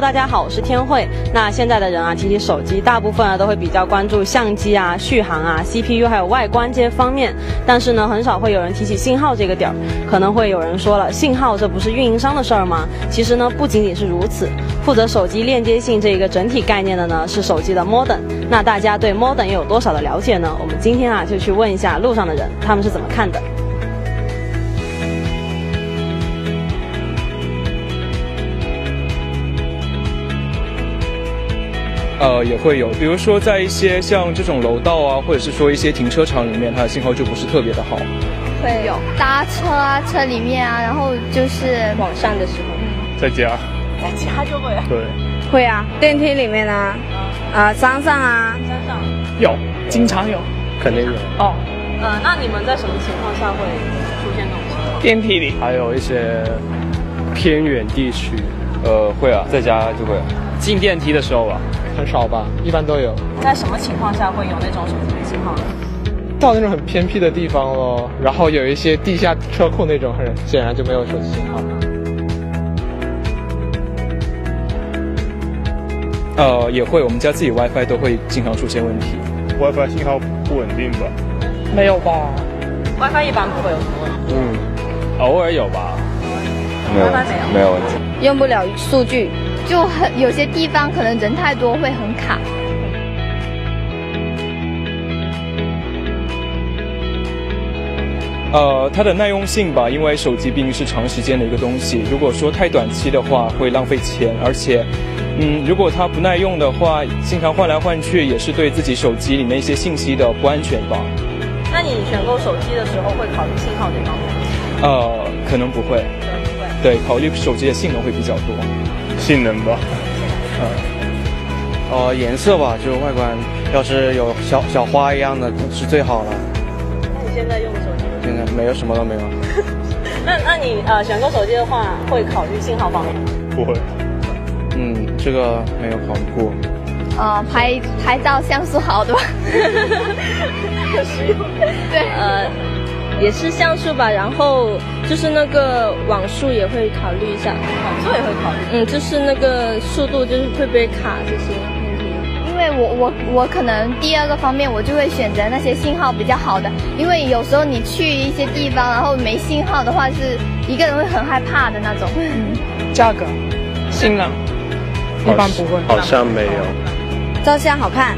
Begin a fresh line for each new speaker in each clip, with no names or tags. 大家好，我是天慧。那现在的人啊，提起手机，大部分啊都会比较关注相机啊、续航啊、CPU 还有外观这些方面，但是呢，很少会有人提起信号这个点儿。可能会有人说了，信号这不是运营商的事儿吗？其实呢，不仅仅是如此，负责手机链接性这一个整体概念的呢，是手机的 Modem。那大家对 Modem 又有多少的了解呢？我们今天啊，就去问一下路上的人，他们是怎么看的。
呃，也会有，比如说在一些像这种楼道啊，或者是说一些停车场里面，它的信号就不是特别的好。
会有搭车啊，车里面啊，然后就是
晚上的时候
在家，
在家就会
对，
会啊，电梯里面啊，啊山上啊，
山上。
有，经常有
肯定有。
哦。
呃，那你们在什么情况下会出现这种情况？
电梯里
还有一些偏远地区，呃，会啊，在家就会、进电梯的时候啊吧，
很少吧，一般都有。
在什么情况下会有那种手机的信号呢？
到那种很偏僻的地方咯，然后有一些地下车库那种，很显然就没有手机信号。
呃，也会，我们家自己 WiFi 都会经常出现问题。
WiFi 信号不稳定吧？
没有吧？
WiFi 一般不会有什么问题。
嗯，偶尔有吧。
没有问题慢慢聊
没有问题。
用不了数据，
就很有些地方可能人太多会很卡。
呃，它的耐用性吧，因为手机毕竟是长时间的一个东西，如果说太短期的话，会浪费钱，而且，嗯，如果它不耐用的话，经常换来换去，也是对自己手机里面一些信息的不安全吧。
那你选购手机的时候会考虑信号这方面吗？
呃，可能不会，
不会。
对，考虑手机的性能会比较多。
性能吧？
呃，颜色吧，就是外观，要是有小小花一样的是最好了。
那你现在用的手机？
现在没有什么都没有。
那那你呃选购手机的话，会考虑信号方面？
不会，
嗯，这个没有考虑过。
呃，拍拍照像素 好的吧？对，
呃，也是像素吧，然后就是那个网速也会考虑一下，
网速也会考虑。
嗯，就是那个速度就是会不会卡这些问题。
嗯因为我我我可能第二个方面我就会选择那些信号比较好的，因为有时候你去一些地方，然后没信号的话，是一个人会很害怕的那种。
价格，新郎，一般不会。
好像没有。
照相好看，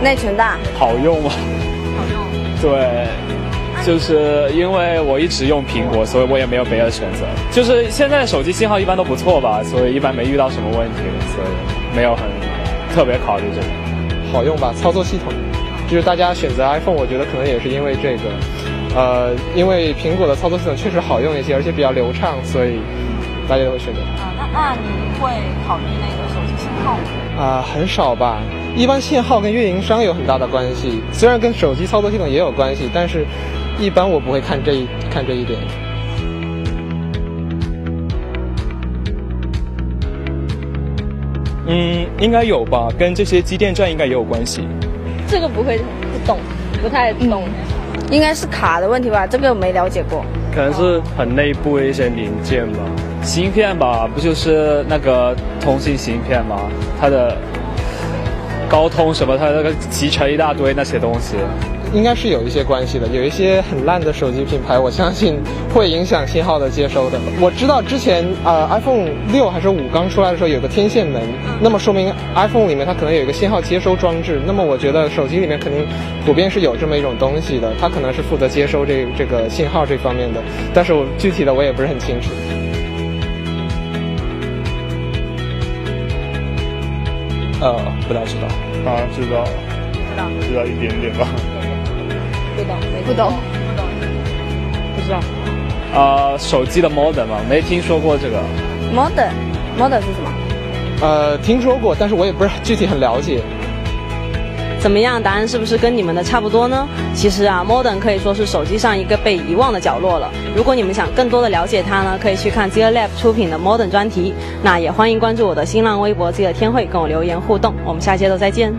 内存大，
好用吗？对，就是因为我一直用苹果，所以我也没有别的选择。就是现在的手机信号一般都不错吧，所以一般没遇到什么问题，所以没有很特别考虑这个。
好用吧，操作系统，就是大家选择 iPhone，我觉得可能也是因为这个，呃，因为苹果的操作系统确实好用一些，而且比较流畅，所以大家都会选择
啊、那那你会考虑那个手机信号吗？
它。啊、很少吧，一般信号跟运营商有很大的关系，虽然跟手机操作系统也有关系，但是一般我不会看这一看这一点。
嗯，应该有吧，跟这些机电站应该也有关系。
这个不会不懂，不太懂。
应该是卡的问题吧，这个没了解过。
可能是很内部的一些零件吧。
芯片吧，不就是那个通信芯片吗？它的高通什么，它那个集成一大堆那些东西。
应该是有一些关系的，有一些很烂的手机品牌，我相信会影响信号的接收的。我知道之前呃 iPhone 六还是五刚出来的时候有个天线门，
嗯
那么说明 iPhone 里面它可能有一个信号接收装置。那么我觉得手机里面肯定普遍是有这么一种东西的，它可能是负责接收这这个信号这方面的，但是我具体的我也不是很清楚。
呃，不大知道。
啊，知道，知道一点点吧。
不懂。
不知道，
呃，手机的 modem 嘛，没听说过这个。
model model 是什么？
呃，听说过，但是我也不是具体很了解。
怎么样？答案是不是跟你们的差不多呢？其实啊，Modem 可以说是手机上一个被遗忘的角落了。如果你们想更多的了解它呢，可以去看 z e r Lab 出品的 Modem 专题。那也欢迎关注我的新浪微博 z e r 天会，跟我留言互动。我们下期都再见。